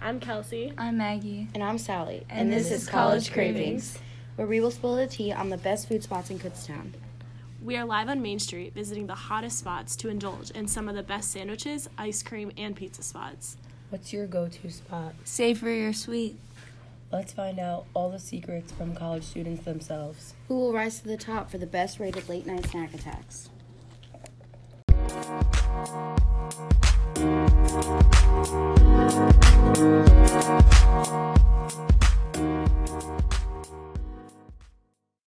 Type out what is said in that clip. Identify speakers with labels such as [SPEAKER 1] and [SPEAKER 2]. [SPEAKER 1] I'm Kelsey.
[SPEAKER 2] I'm Maggie.
[SPEAKER 3] And I'm Sally.
[SPEAKER 2] And this is College Cravings.
[SPEAKER 3] where we will spill the tea on the best food spots in Kutztown.
[SPEAKER 1] We are live on Main Street visiting the hottest spots to indulge in some of the best sandwiches, ice cream, and pizza spots.
[SPEAKER 4] What's your go to spot?
[SPEAKER 2] Savory or sweet?
[SPEAKER 4] Let's find out all the secrets from college students themselves.
[SPEAKER 3] Who will rise to the top for the best rated late night snack attacks?